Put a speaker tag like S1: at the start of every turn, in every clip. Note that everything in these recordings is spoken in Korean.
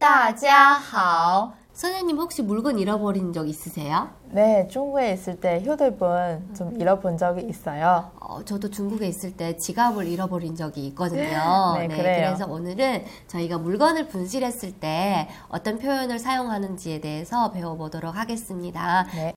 S1: 家好.
S2: 선생님 혹시 물건 잃어버린 적 있으세요?
S3: 네, 중국에 있을 때 휴대폰 좀 잃어본 적이 있어요.
S2: 어, 저도 중국에 있을 때 지갑을 잃어버린 적이 있거든요.
S3: 네, 그래요.
S2: 그래서 오늘은 저희가 물건을 분실했을 때 어떤 표현을 사용하는지에 대해서 배워보도록 하겠습니다.
S3: 네.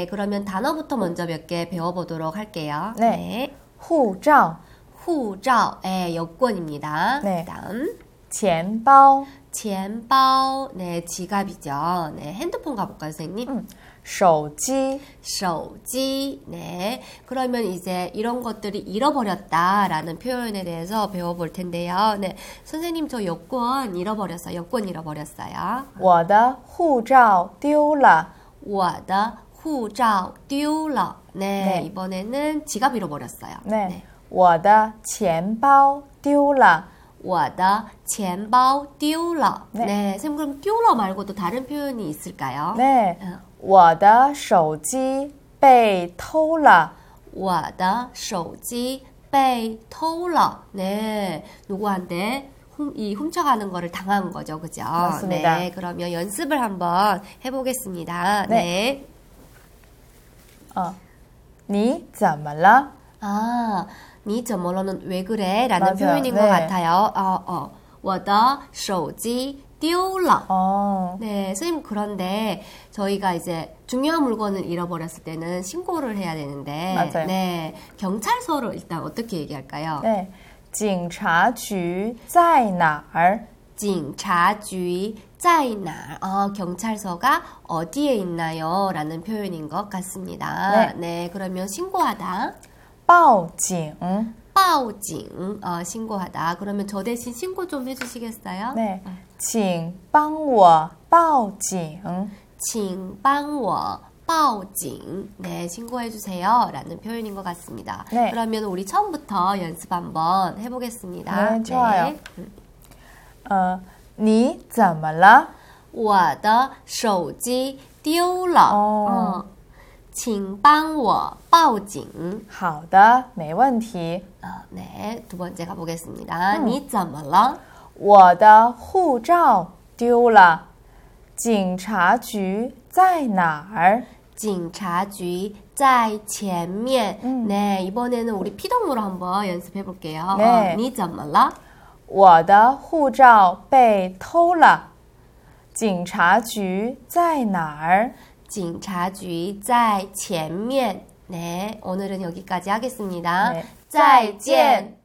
S2: 네, 그러면 단어부터 먼저 몇 개 배워보도록 할게요.
S3: 네. 후장,
S2: 후자의 여권입니다.
S3: 네.
S2: 그다음
S3: 钱包,
S2: 钱包, 네, 지갑이죠. 네, 핸드폰 가볼까요, 선생님?
S3: 手机,
S2: 手机, 네. 그러면 이제 이런 것들이 잃어버렸다라는 표현에 대해서 배워볼 텐데요. 네, 선생님 저 여권 잃어버렸어요. 여권 잃어버렸어요.
S3: 我的护照丢了.
S2: 我的护照丢了. 네,
S3: 네.
S2: 이번에는 지갑 잃어버렸어요.
S3: 네. 我的钱包丢了.
S2: 我的钱包丢了.
S3: 네.
S2: 네, 선생님 그럼 丢了 말고 또 다른 표현이 있을까요?
S3: 네.
S2: 어.
S3: 我的手机被偷了.
S2: 我的手机被偷了. 네, 누구한테 훔, 이 훔쳐가는 거를 당한 거죠, 그죠?
S3: 맞습니다.
S2: 네, 그러면 연습을 한번 해보겠습니다.
S3: 네.
S2: 네.
S3: 어. 你怎么了?
S2: 아, 니 저멀로는 왜 그래? 라는
S3: 맞아요.
S2: 표현인 것
S3: 네.
S2: 같아요. 어, 어. 我的手机丢了.
S3: 어.
S2: 네, 선생님, 그런데 저희가 이제 중요한 물건을 잃어버렸을 때는 신고를 해야 되는데,
S3: 맞아요.
S2: 네, 경찰서로 일단 어떻게 얘기할까요?
S3: 네. 警察局在哪儿?
S2: 警察局在哪? 어, 경찰서가 어디에 있나요? 라는 표현인 것 같습니다. 네,
S3: 네.
S2: 그러면 신고하다.
S3: 报警.
S2: 报警, 어, 신고하다. 그러면 저 대신 신고 좀 해주시겠어요?
S3: 네. 请帮我报警.
S2: 请帮我报警. 네, 신고해주세요. 라는 표현인 것 같습니다.
S3: 네.
S2: 그러면 우리 처음부터 연습 한번 해보겠습니다.
S3: 네, 좋아요. 呃，你怎么了？
S2: 我的手机丢了，
S3: 哦
S2: 嗯，请帮我报警。
S3: 好的，没问题。
S2: 啊네두번째가보겠습니다你怎么了？
S3: 我的护照丢了，警察局在哪儿？
S2: 警察局在前面。
S3: 嗯
S2: 네이번에는우리피동으로한번연습해볼게요 어，
S3: 네
S2: 你怎么了？
S3: 我的护照被偷了，警察局在哪儿？
S2: 警察局在前面。네오늘은여기까지하겠습니다
S3: 네
S2: 再见。